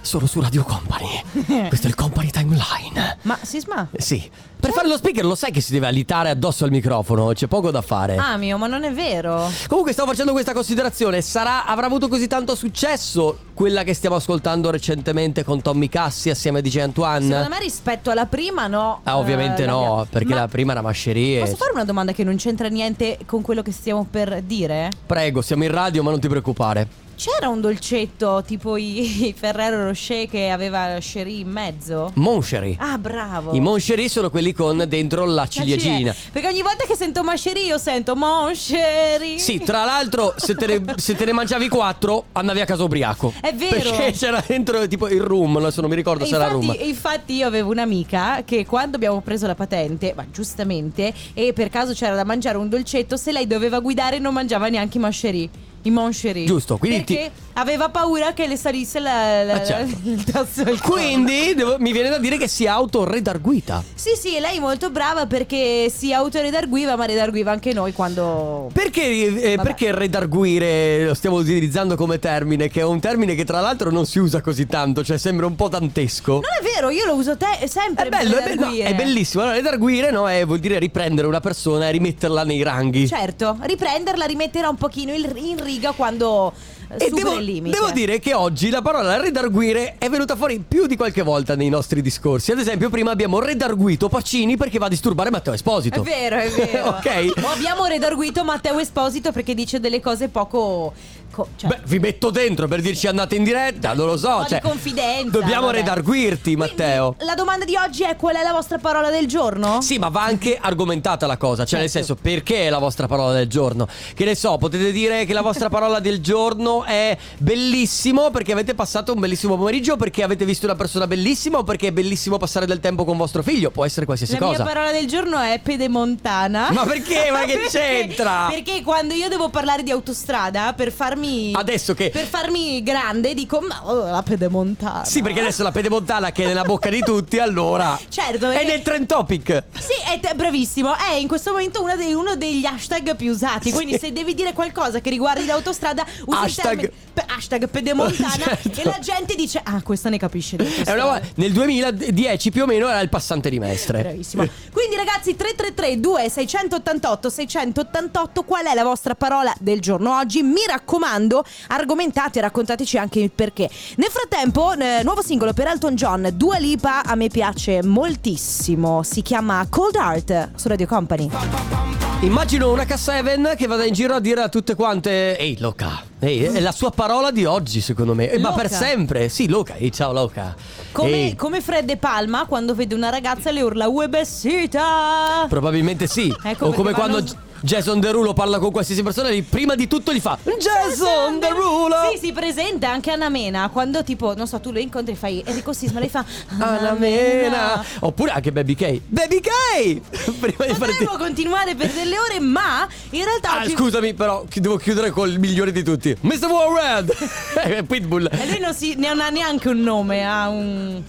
Speaker 1: solo su Radio Company. Questo è il Company Timeline. Eh,
Speaker 6: Ma Sisma?
Speaker 1: Sì. Per fare lo speaker lo sai che si deve alitare addosso al microfono, c'è poco da fare.
Speaker 6: Ah mio, ma non è vero.
Speaker 1: Comunque stavo facendo questa considerazione, sarà, avrà avuto così tanto successo quella che stiamo ascoltando recentemente con Tommy Cassi assieme a DJ
Speaker 2: Secondo
Speaker 1: Antoine?
Speaker 2: me rispetto alla prima no.
Speaker 1: Ah, ovviamente
Speaker 6: Eh, la
Speaker 1: no,
Speaker 6: mia-
Speaker 1: perché
Speaker 6: Ma
Speaker 1: la prima era mascerie.
Speaker 6: Posso fare una domanda che non c'entra niente con quello che stiamo per dire?
Speaker 1: Prego, siamo in radio ma non ti preoccupare.
Speaker 6: C'era un dolcetto tipo i, i Ferrero Rocher che aveva la sherry in mezzo?
Speaker 1: Monchery.
Speaker 6: Ah, bravo.
Speaker 1: I monchery sono quelli con dentro la
Speaker 6: La
Speaker 1: ciliegina.
Speaker 6: ciliegina. Perché ogni volta che sento Mascherì io sento Moncherry.
Speaker 1: Sì, tra l'altro, se te, ne, se te ne mangiavi quattro, andavi a casa ubriaco.
Speaker 6: È vero.
Speaker 1: Perché c'era dentro tipo il rum, adesso non mi ricordo
Speaker 6: E
Speaker 1: se era rum.
Speaker 6: infatti, eh, e infatti io avevo un'amica che quando abbiamo preso la patente, ma giustamente, e per caso c'era da mangiare un dolcetto, se lei doveva guidare non mangiava neanche i mancherie. I mancherie.
Speaker 1: Giusto, quindi ti-
Speaker 6: Perché aveva paura che le salisse la, la-
Speaker 1: Ah, certo.
Speaker 6: il tasso al collo.
Speaker 1: Quindi devo- mi viene da dire che si è autoredarguita.
Speaker 6: Sì, sì, e lei è molto brava perché si autoredarguiva, ma redarguiva anche noi quando...
Speaker 1: Perché, eh,
Speaker 6: Vabbè.
Speaker 1: perché redarguire lo stiamo utilizzando come termine? Che è un termine che tra l'altro non si usa così tanto, cioè sembra un po' tantesco.
Speaker 6: Non è vero, io lo uso te- sempre.
Speaker 1: È bello, è, be- no,
Speaker 6: redarguire.
Speaker 1: è bellissimo. Allora, redarguire no, è- vuol dire riprendere una persona e rimetterla nei ranghi.
Speaker 6: Certo, riprenderla, rimetterà un pochino il- in riga quando eh,
Speaker 1: e
Speaker 6: supera
Speaker 1: devo,
Speaker 6: il limite.
Speaker 1: devo dire che oggi la parola redarguire è venuta fuori più di qualche volta nei nostri discorsi. Ad esempio, prima abbiamo redarguito Pacini perché va a disturbare Matteo
Speaker 6: È
Speaker 1: Esposito.
Speaker 6: vero, è vero.
Speaker 1: Ok.
Speaker 6: O abbiamo redarguito Matteo Esposito perché dice delle cose poco. co- cioè,
Speaker 1: Beh, vi metto dentro per dirci andate in diretta, non lo so.
Speaker 6: po' di
Speaker 1: cioè,
Speaker 6: confidenza.
Speaker 1: Dobbiamo
Speaker 6: vabbè.
Speaker 1: redarguirti,
Speaker 6: Quindi,
Speaker 1: Matteo.
Speaker 6: la domanda di oggi è: qual è la vostra parola del giorno?
Speaker 1: Sì, ma va anche argomentata la cosa, cioè nel
Speaker 6: Certo.
Speaker 1: senso perché è la vostra parola del giorno? Che ne so, potete dire che la vostra parola del giorno è bellissimo perché avete passato un bellissimo pomeriggio, perché avete visto una persona bellissima o perché è bellissimo passare del tempo con vostro figlio, può essere qualsiasi
Speaker 6: La
Speaker 1: cosa.
Speaker 6: mia parola del giorno è pedemontana.
Speaker 1: Ma perché? Ma che
Speaker 6: Perché-
Speaker 1: c'entra?
Speaker 6: Perché quando io devo parlare di autostrada per farmi.
Speaker 1: Adesso che-
Speaker 6: Per farmi grande dico: Ma oh, la pedemontana.
Speaker 1: Sì, perché adesso la pedemontana che è nella bocca di tutti, allora...
Speaker 6: Certo,
Speaker 1: È
Speaker 6: perché-
Speaker 1: nel trend topic.
Speaker 6: Sì, è te- bravissimo. È in questo momento uno, dei- uno degli hashtag più usati. Quindi,
Speaker 1: Sì.
Speaker 6: se devi dire qualcosa che riguardi l'autostrada, usa il
Speaker 1: Hashtag hashtag-
Speaker 2: pe- hashtag pedemontana
Speaker 1: Certo.
Speaker 2: e la gente dice ah questa ne capisce di
Speaker 1: È una
Speaker 2: storia".
Speaker 1: volta- nel 2010 più o meno era il passante di Mestre.
Speaker 2: Bravissima. Quindi ragazzi 333 2688 688 qual è la vostra parola del giorno oggi? Mi raccomando, argomentate e raccontateci anche il perché. Nel frattempo, eh, nuovo singolo per Elton John, Dua Lipa, a me piace moltissimo. Si chiama Cold Heart su Radio Company.
Speaker 1: Immagino una K7 che vada in giro a dire a tutte quante Ehi Loca, Ehi, è la sua parola di oggi secondo me Eh, Ma
Speaker 2: Loca.
Speaker 1: per sempre, sì Loca, ehi ciao Loca
Speaker 6: Come,
Speaker 1: Ehi.
Speaker 6: come Fred De Palma quando vede una ragazza e le urla Uebessita!
Speaker 1: Probabilmente sì
Speaker 6: Ecco
Speaker 1: O
Speaker 6: perché
Speaker 1: come quando
Speaker 6: vanno-
Speaker 1: G- Jason Derulo parla con qualsiasi persona e Prima di tutto gli fa Jason Derulo
Speaker 6: Sì, si presenta anche Anna Mena quando tipo, non so, tu lo incontri e fai Enrico Sisma, lei fa
Speaker 1: Alla mena Oppure anche Baby K Baby K Prima di partire
Speaker 6: Potremmo continuare per delle ore, ma in realtà
Speaker 1: Ah,
Speaker 6: oggi-
Speaker 1: scusami, però chi- devo chiudere col migliore di tutti. Mr. Warhead! Eh, Pitbull.
Speaker 6: E lui non, si, non ha neanche un nome, ha un...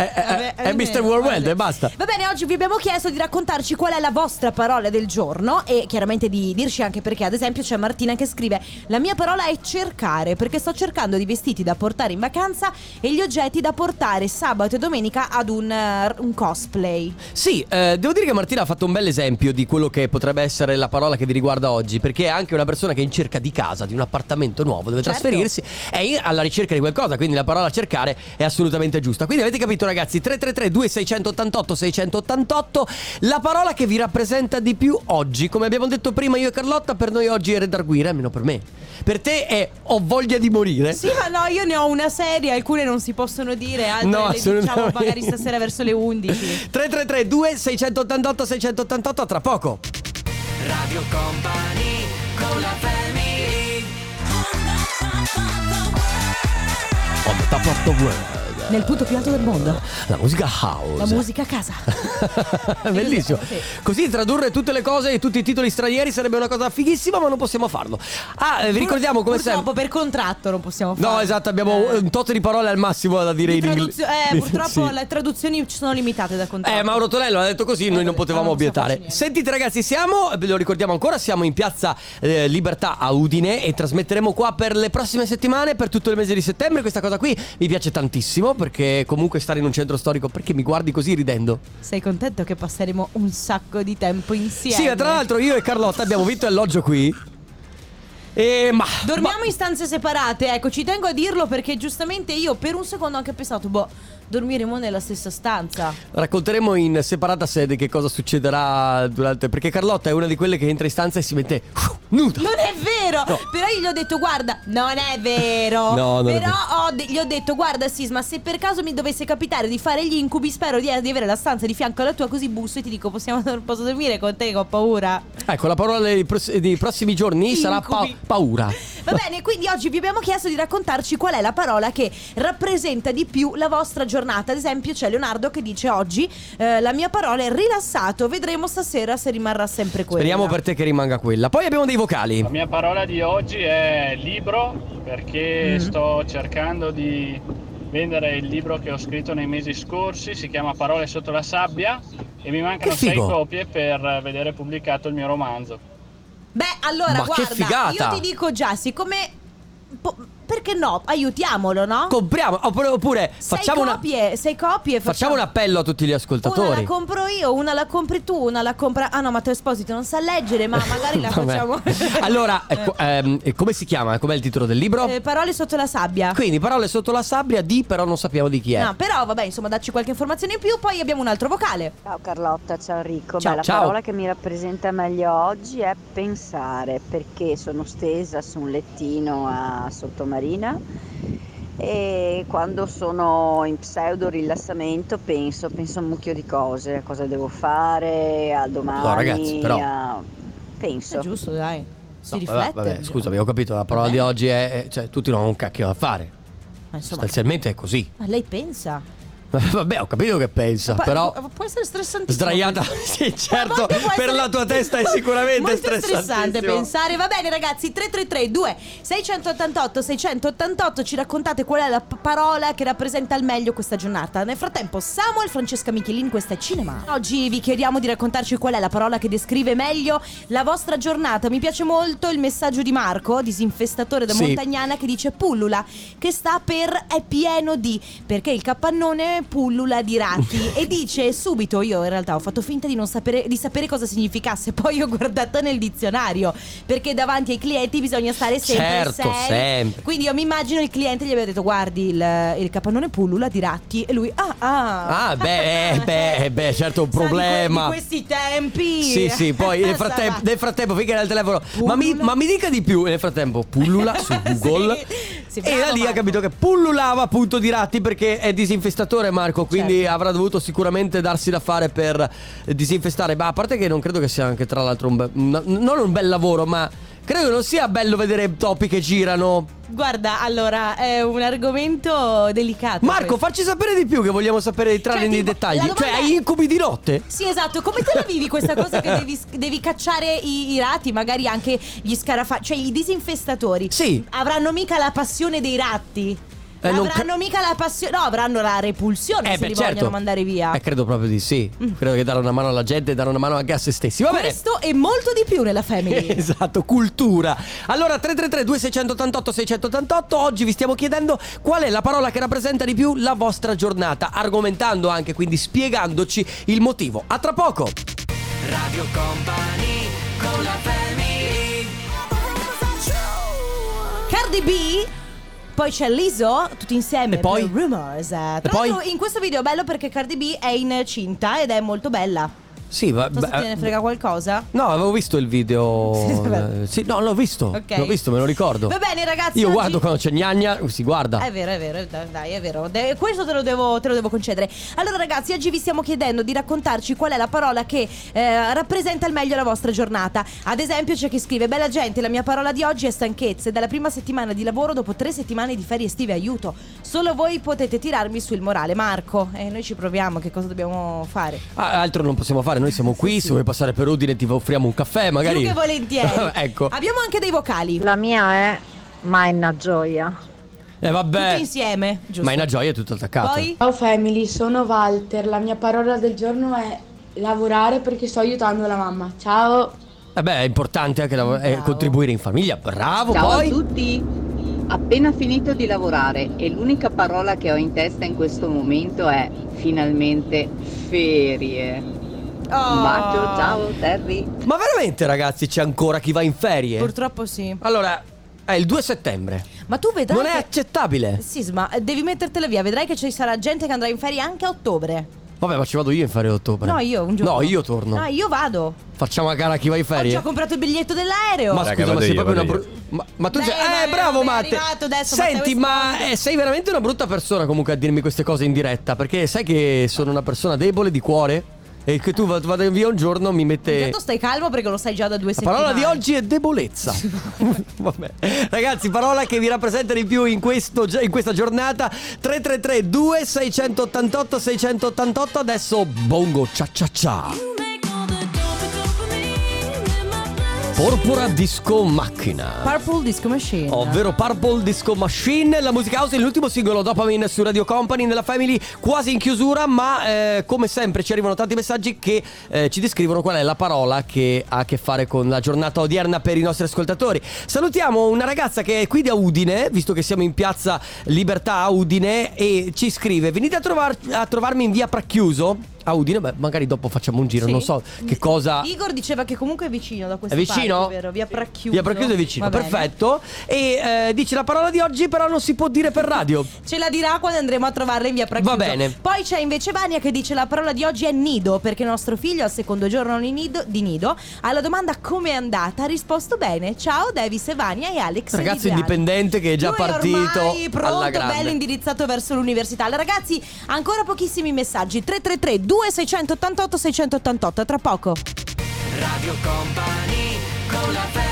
Speaker 1: Eh, eh,
Speaker 6: Vabbè,
Speaker 1: è Mr.
Speaker 6: almeno,
Speaker 1: Warhead
Speaker 2: eh,
Speaker 6: vabbè.
Speaker 1: e basta.
Speaker 2: Va bene, oggi vi abbiamo chiesto di raccontarci qual è la vostra parola del giorno e chiaramente di dirci anche perché. Ad esempio, c'è Martina che scrive: La mia parola è cercare perché sto cercando di vestiti da portare in vacanza e gli oggetti da portare sabato e domenica ad un, eh, un cosplay.
Speaker 1: Sì, eh, devo dire che Martina ha fatto un bel esempio di quello che potrebbe essere la parola che vi riguarda oggi, perché è anche una persona che è in cerca di casa, di un appartamento nuovo, dove
Speaker 2: Certo.
Speaker 1: trasferirsi, è in- alla ricerca di qualcosa, quindi la parola cercare è assolutamente giusta. Quindi avete capito ragazzi, 333 2688 688, la parola che vi rappresenta di più oggi, come abbiamo detto prima io e Carlotta, per noi oggi è redarguire, almeno per me. Per te è ho voglia di morire.
Speaker 6: Sì, ma no, io ne ho una serie, alcune non si possono dire, altre
Speaker 1: No,
Speaker 6: le diciamo
Speaker 1: assolutamente.
Speaker 6: magari stasera verso le 11.
Speaker 1: 333 2688 688 tra poco.
Speaker 3: Radio Company con la family
Speaker 1: On the top of the world.
Speaker 2: Nel punto più alto del mondo.
Speaker 1: La musica house.
Speaker 2: La musica a casa.
Speaker 1: Bellissimo.
Speaker 2: Sì.
Speaker 1: Così tradurre tutte le cose e tutti i titoli stranieri sarebbe una cosa fighissima, ma non possiamo farlo. Ah, eh, vi ricordiamo come sempre.
Speaker 6: Purtroppo per contratto non possiamo fare.
Speaker 1: No, esatto, abbiamo un tot di parole al massimo da dire
Speaker 6: Di
Speaker 1: in
Speaker 6: traduzio-
Speaker 1: inglese.
Speaker 6: eh,
Speaker 1: Di-
Speaker 6: purtroppo
Speaker 1: sì.
Speaker 6: le traduzioni ci sono limitate da contratto.
Speaker 1: Eh, Mauro Tonello ha detto così, noi non
Speaker 6: Eh,
Speaker 1: potevamo
Speaker 6: non possiamo
Speaker 1: obiettare.
Speaker 6: farci niente.
Speaker 1: Sentite ragazzi, siamo, ve lo ricordiamo ancora, siamo in piazza eh, Libertà a Udine e trasmetteremo qua per le prossime settimane, per tutto il mese di settembre. Questa cosa qui mi piace tantissimo perché comunque stare in un centro storico, perché mi guardi così ridendo?
Speaker 6: Sei contento che passeremo un sacco di tempo insieme?
Speaker 1: Sì, ma tra l'altro io e Carlotta abbiamo vinto alloggio qui. E ma...
Speaker 6: Dormiamo in stanze separate, ecco, ci tengo a dirlo perché giustamente io per un secondo ho anche pensato, boh, dormiremo nella stessa stanza.
Speaker 1: ma- Racconteremo in separata sede che cosa succederà durante... Perché Carlotta è una di quelle che entra in stanza e si mette uh, nuda.
Speaker 6: Non è vero!
Speaker 1: No.
Speaker 6: Però io gli ho detto, guarda, non è vero!
Speaker 1: No, non è
Speaker 6: Però ho de- gli ho detto, guarda Sisma, se per caso mi dovesse capitare di fare gli incubi, spero di, di avere la stanza di fianco alla tua, così busso e ti dico, possiamo, posso dormire con te che ho paura?
Speaker 1: Ecco, la parola dei, pros- dei prossimi giorni sarà pa-
Speaker 6: Incubi.
Speaker 1: paura.
Speaker 2: Va bene, quindi oggi vi abbiamo chiesto di raccontarci qual è la parola che rappresenta di più la vostra giornata. Ad esempio, c'è Leonardo che dice oggi eh, la mia parola è rilassato. Vedremo stasera se rimarrà sempre quella.
Speaker 1: Speriamo per te che rimanga quella. Poi abbiamo dei vocali.
Speaker 11: La mia parola di oggi è libro perché
Speaker 1: Mm.
Speaker 11: sto cercando di vendere il libro che ho scritto nei mesi scorsi, si chiama Parole sotto la sabbia e mi mancano
Speaker 1: Che
Speaker 11: sei
Speaker 1: figo.
Speaker 11: copie per vedere pubblicato il mio romanzo.
Speaker 2: Beh, allora,
Speaker 1: Ma che
Speaker 2: guarda,
Speaker 1: figata!
Speaker 2: io ti dico già, siccome. po- perché no? Aiutiamolo, no?
Speaker 1: Compriamo, oppure, oppure
Speaker 2: sei
Speaker 1: facciamo, una-
Speaker 2: copie, sei copie.
Speaker 1: facciamo un appello a tutti gli
Speaker 2: Una
Speaker 1: ascoltatori.
Speaker 2: la compro io, una la compri tu, una la compra. Ah no, Matteo Esposito non sa leggere, ma magari la
Speaker 1: Vabbè.
Speaker 2: facciamo.
Speaker 1: allora, ecco, ehm, e come si chiama? Com'è il titolo del libro?
Speaker 2: Eh, parole sotto la sabbia.
Speaker 1: Quindi parole sotto la sabbia di però non sappiamo di chi è.
Speaker 2: No, però vabbè, insomma, dacci qualche informazione in più, poi abbiamo un altro vocale.
Speaker 12: Ciao Carlotta, ciao Enrico.
Speaker 1: Ciao,
Speaker 12: Beh, la
Speaker 1: ciao.
Speaker 12: parola che mi rappresenta meglio oggi è pensare, perché sono stesa su un lettino a Sottomarina e quando sono in pseudo rilassamento penso, penso a un mucchio di cose, a cosa devo fare, a domani,
Speaker 1: ragazzi, però.
Speaker 12: a- penso.
Speaker 6: È giusto, dai. Si
Speaker 1: No,
Speaker 6: riflette.
Speaker 1: vabbè,
Speaker 2: diciamo.
Speaker 1: vabbè, scusami, ho capito, la parola di oggi è... è- Cioè, tutti non hanno un cacchio da fare.
Speaker 6: Ma insomma,
Speaker 1: Sostanzialmente è così.
Speaker 6: ma lei pensa?
Speaker 1: Vabbè, ho capito che pensa,
Speaker 2: Pa-
Speaker 1: però
Speaker 2: può essere stressantissimo.
Speaker 1: sdraiata, sì, certo,
Speaker 2: volte può
Speaker 1: per
Speaker 2: essere-
Speaker 1: la tua testa è sicuramente
Speaker 2: Molto stressante
Speaker 1: stressantissimo.
Speaker 2: pensare. Va bene, ragazzi, 3332 688 688 ci raccontate qual è la p- parola che rappresenta al meglio questa giornata. Nel frattempo, Samuel Francesca Michelin, questa è Cinema. Oggi vi chiediamo di raccontarci qual è la parola che descrive meglio la vostra giornata. Mi piace molto il messaggio di Marco, disinfestatore da
Speaker 1: Sì.
Speaker 2: Montagnana, che dice pullula, che sta per è pieno di, perché il capannone pullula di rati. e dice subito, io in realtà ho fatto finta di non sapere, di sapere cosa significasse, poi ho guardato nel dizionario, perché davanti ai clienti bisogna stare sempre
Speaker 1: Certo,
Speaker 2: seri.
Speaker 1: sempre.
Speaker 2: Quindi io mi immagino il cliente gli aveva detto guardi il, il capannone pullula di ratti e lui ah ah.
Speaker 1: Ah, beh, eh, beh, eh, beh, certo, un
Speaker 2: Sa, di que-
Speaker 1: problema.
Speaker 2: Di, questi tempi.
Speaker 1: Sì, sì, poi nel frattempo,
Speaker 2: Sarà.
Speaker 1: nel frattempo finché era il telefono. Ma mi, ma mi dica di più. E Nel frattempo, pullula su Google.
Speaker 2: Sì,
Speaker 1: e da
Speaker 2: bravo,
Speaker 1: lì ha capito che pullulava appunto di ratti perché è disinfestatore Marco,
Speaker 2: Certo.
Speaker 1: quindi avrà dovuto sicuramente darsi da fare per eh, disinfestare. Ma a parte che non credo che sia anche tra l'altro un bel... n- non un bel lavoro, ma credo che non sia bello vedere topi che girano.
Speaker 2: Guarda, allora è un argomento delicato.
Speaker 1: Marco,
Speaker 2: questo.
Speaker 1: farci sapere di più che vogliamo sapere entrare
Speaker 2: Cioè,
Speaker 1: nei
Speaker 2: tipo, la
Speaker 1: dettagli.
Speaker 2: domanda
Speaker 1: Cioè,
Speaker 2: è-
Speaker 1: hai incubi di notte?
Speaker 2: Sì, esatto. Come te la vivi questa cosa che devi, devi cacciare i, i rati, magari anche gli scarafaggi, cioè i disinfestatori?
Speaker 1: Sì.
Speaker 2: Avranno mica la passione dei ratti?
Speaker 1: Eh, non
Speaker 2: avranno mica la passione, no, avranno la repulsione se
Speaker 1: Eh beh,
Speaker 2: li vogliono mandare via. Mm.
Speaker 1: Eh, credo proprio di sì. Credo che dare una mano alla gente e dare una mano anche a se stessi. Va bene.
Speaker 2: Questo e molto di più nella family.
Speaker 1: Esatto, cultura. Allora 333 2688 688 oggi vi stiamo chiedendo qual è la parola che rappresenta di più la vostra giornata, argomentando anche quindi spiegandoci il motivo. A tra poco.
Speaker 13: Radio Company con la family
Speaker 2: Cardi B. Poi c'è Liso, tutti insieme.
Speaker 1: E poi?
Speaker 2: per Rumors. Tra
Speaker 1: poi?
Speaker 2: l'altro, in questo video è bello perché Cardi B è incinta ed è molto bella.
Speaker 1: Sì, va
Speaker 2: Non so se te ne frega qualcosa.
Speaker 1: No, avevo visto il
Speaker 2: Sì,
Speaker 1: video.
Speaker 2: vabbè.
Speaker 1: Eh, Sì, no, l'ho visto.
Speaker 2: Ok.
Speaker 1: L'ho visto, me lo ricordo.
Speaker 2: Va bene, ragazzi.
Speaker 1: Io
Speaker 2: oggi- Eh.
Speaker 1: guardo quando c'è gnagna, uh, si guarda.
Speaker 2: È vero, è vero, dai, dai, è vero. De- questo te lo, devo, te lo devo concedere. Allora, ragazzi, oggi vi stiamo chiedendo di raccontarci qual è la parola che eh, rappresenta al meglio la vostra giornata. Ad esempio, c'è chi scrive: Bella gente, la mia parola di oggi è stanchezza. È dalla prima settimana di lavoro dopo tre settimane di ferie estive, aiuto. Solo voi potete tirarmi sul morale, Marco. E noi ci proviamo, che cosa dobbiamo fare?
Speaker 1: Ah, altro non possiamo fare, noi siamo qui, se vuoi passare per Udine ti offriamo un caffè magari.
Speaker 2: Più che volentieri.
Speaker 1: ecco.
Speaker 2: Abbiamo anche dei vocali.
Speaker 14: La mia è ma è una gioia.
Speaker 1: Eh vabbè.
Speaker 2: Tutti insieme, giusto?
Speaker 1: Ma è una gioia è tutto attaccato.
Speaker 15: Ciao family, sono Walter. La mia parola del giorno è lavorare perché sto aiutando la mamma. Ciao!
Speaker 1: Eh beh, è importante anche lav- eh, contribuire in famiglia. Bravo, poi.
Speaker 12: tutti! Appena finito di lavorare e l'unica parola che ho in testa in questo momento è finalmente ferie.
Speaker 2: Oh.
Speaker 12: Un bacio,
Speaker 1: Ah.
Speaker 12: ciao Terry!
Speaker 1: Ma veramente ragazzi c'è ancora chi va in ferie?
Speaker 2: Purtroppo sì.
Speaker 1: Allora, è il 2 settembre.
Speaker 2: Ma tu vedrai.
Speaker 1: Non è
Speaker 2: che-
Speaker 1: accettabile.
Speaker 2: Sisma, eh, devi mettertela via, vedrai che ci sarà gente che andrà in ferie anche a ottobre.
Speaker 1: Vabbè, ma ci vado io in ferie a ottobre.
Speaker 2: No, io un giorno.
Speaker 1: No, io torno.
Speaker 2: Ah, io vado.
Speaker 1: Facciamo a gara chi va in
Speaker 2: Ho già
Speaker 1: ferie.
Speaker 2: comprato il biglietto dell'aereo.
Speaker 1: Ma scusa, ma sei proprio una brutta. Ma, ma tu
Speaker 2: Dai,
Speaker 1: sei.
Speaker 2: ma-
Speaker 1: Eh, bravo,
Speaker 2: vabbè, è
Speaker 1: Matte.
Speaker 2: arrivato adesso,
Speaker 1: Senti,
Speaker 2: Matteo
Speaker 1: ma eh, sei veramente una brutta persona comunque a dirmi queste cose in diretta. Perché sai che sono una persona debole di cuore. E che tu vada via un giorno mi mette.
Speaker 2: Intanto Certo, stai calmo perché lo sai già da due
Speaker 1: La
Speaker 2: settimane.
Speaker 1: parola di oggi è debolezza. Vabbè. Ragazzi, parola che vi rappresenta di più in, questo gio- in questa giornata. 333 2688 688 adesso bongo cia cia cia. Porpora Disco Macchina.
Speaker 2: Purple Disco Machine.
Speaker 1: Ovvero Purple Disco Machine, la musica house, è l'ultimo singolo Dopamine su Radio Company nella Family, quasi in chiusura, ma eh, come sempre ci arrivano tanti messaggi che eh, ci descrivono qual è la parola che ha a che fare con la giornata odierna per i nostri ascoltatori. Salutiamo una ragazza che è qui da Udine, visto che siamo in piazza Libertà a Udine, e ci scrive: Venite a, trovar- a trovarmi in via Pracchiuso a Udine, beh, magari dopo facciamo un giro,
Speaker 2: Sì.
Speaker 1: non so che cosa.
Speaker 2: Igor diceva che comunque è vicino da questa
Speaker 1: È vicino?
Speaker 2: parte, vero? Via Pracchiuso.
Speaker 1: Via Pracchiuso è vicino,
Speaker 2: Va bene.
Speaker 1: perfetto. E eh, dice la parola di oggi, però non si può dire per radio.
Speaker 2: Ce la dirà quando andremo a trovarla in via Pracchiuso.
Speaker 1: Va bene.
Speaker 2: Poi c'è invece Vania che dice la parola di oggi è nido, perché nostro figlio al secondo giorno di nido, di nido alla domanda come è andata ha risposto bene. Ciao Davis e Vania e Alex.
Speaker 1: Ragazzo
Speaker 2: di Viale."
Speaker 1: indipendente che è già
Speaker 2: Lui
Speaker 1: partito
Speaker 2: ormai
Speaker 1: alla
Speaker 2: pronto,
Speaker 1: grande.
Speaker 2: bello indirizzato verso l'università. Allora, ragazzi, ancora pochissimi messaggi. 333 2688 688 tra poco.
Speaker 13: Radio Company con la family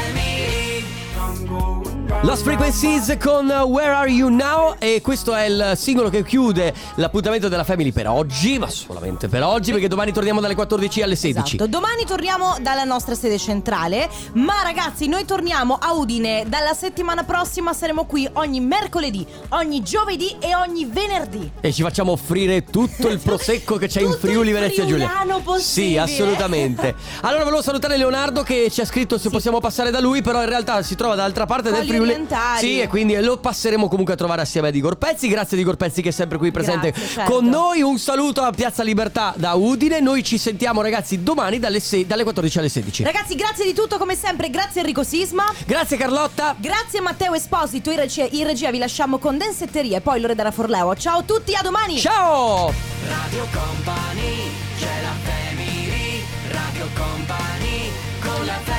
Speaker 1: Lost Frequencies con Where Are You Now e questo è il singolo che chiude l'appuntamento della Family per oggi, ma solamente per oggi perché domani torniamo dalle 14 alle 16.
Speaker 2: Esatto. Domani torniamo dalla nostra sede centrale, ma ragazzi noi torniamo a Udine dalla settimana prossima saremo qui ogni mercoledì, ogni giovedì e ogni venerdì.
Speaker 1: E ci facciamo offrire tutto il prosecco che c'è in
Speaker 2: Tutto
Speaker 1: Friuli
Speaker 2: il
Speaker 1: Venezia Giulia.
Speaker 2: friulano possibile.
Speaker 1: Sì, assolutamente. Allora volevo salutare Leonardo che ci ha scritto se possiamo passare da lui, però in realtà si trova dall'altra parte del
Speaker 2: Colli
Speaker 1: Friuli.
Speaker 2: Orientali.
Speaker 1: Sì, e quindi lo passeremo comunque a trovare assieme a Di Gorpezzi. Grazie Di Gorpezzi che è sempre qui presente
Speaker 2: Grazie, certo.
Speaker 1: con noi. Un saluto a Piazza Libertà da Udine. Noi ci sentiamo ragazzi domani dalle, se- dalle 14 alle 16.
Speaker 2: Ragazzi grazie di tutto come sempre, grazie Enrico Sisma.
Speaker 1: Grazie Carlotta.
Speaker 2: Grazie Matteo Esposito, in regia, in regia vi lasciamo con Densetteria e poi Loredana Forleo. Ciao a tutti, a domani!
Speaker 1: Ciao!
Speaker 16: Radio Company, c'è la family, Radio Company, con la family.